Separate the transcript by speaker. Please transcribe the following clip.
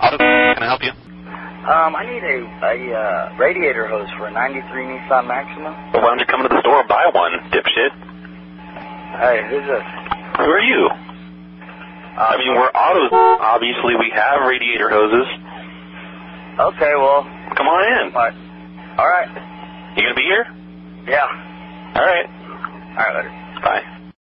Speaker 1: Auto, can I help you?
Speaker 2: Um, I need a, a uh, radiator hose for a 93 Nissan Maxima.
Speaker 1: Well, why don't you come to the store and buy one, dipshit?
Speaker 2: Hey, who's this?
Speaker 1: Who are you? I mean, we're autos. Obviously, we have radiator hoses.
Speaker 2: Uh, Okay, well,
Speaker 1: Come on in.
Speaker 2: alright. Alright.
Speaker 1: You gonna be here?
Speaker 2: Yeah.
Speaker 1: All right.
Speaker 2: Alright, later.
Speaker 1: Bye.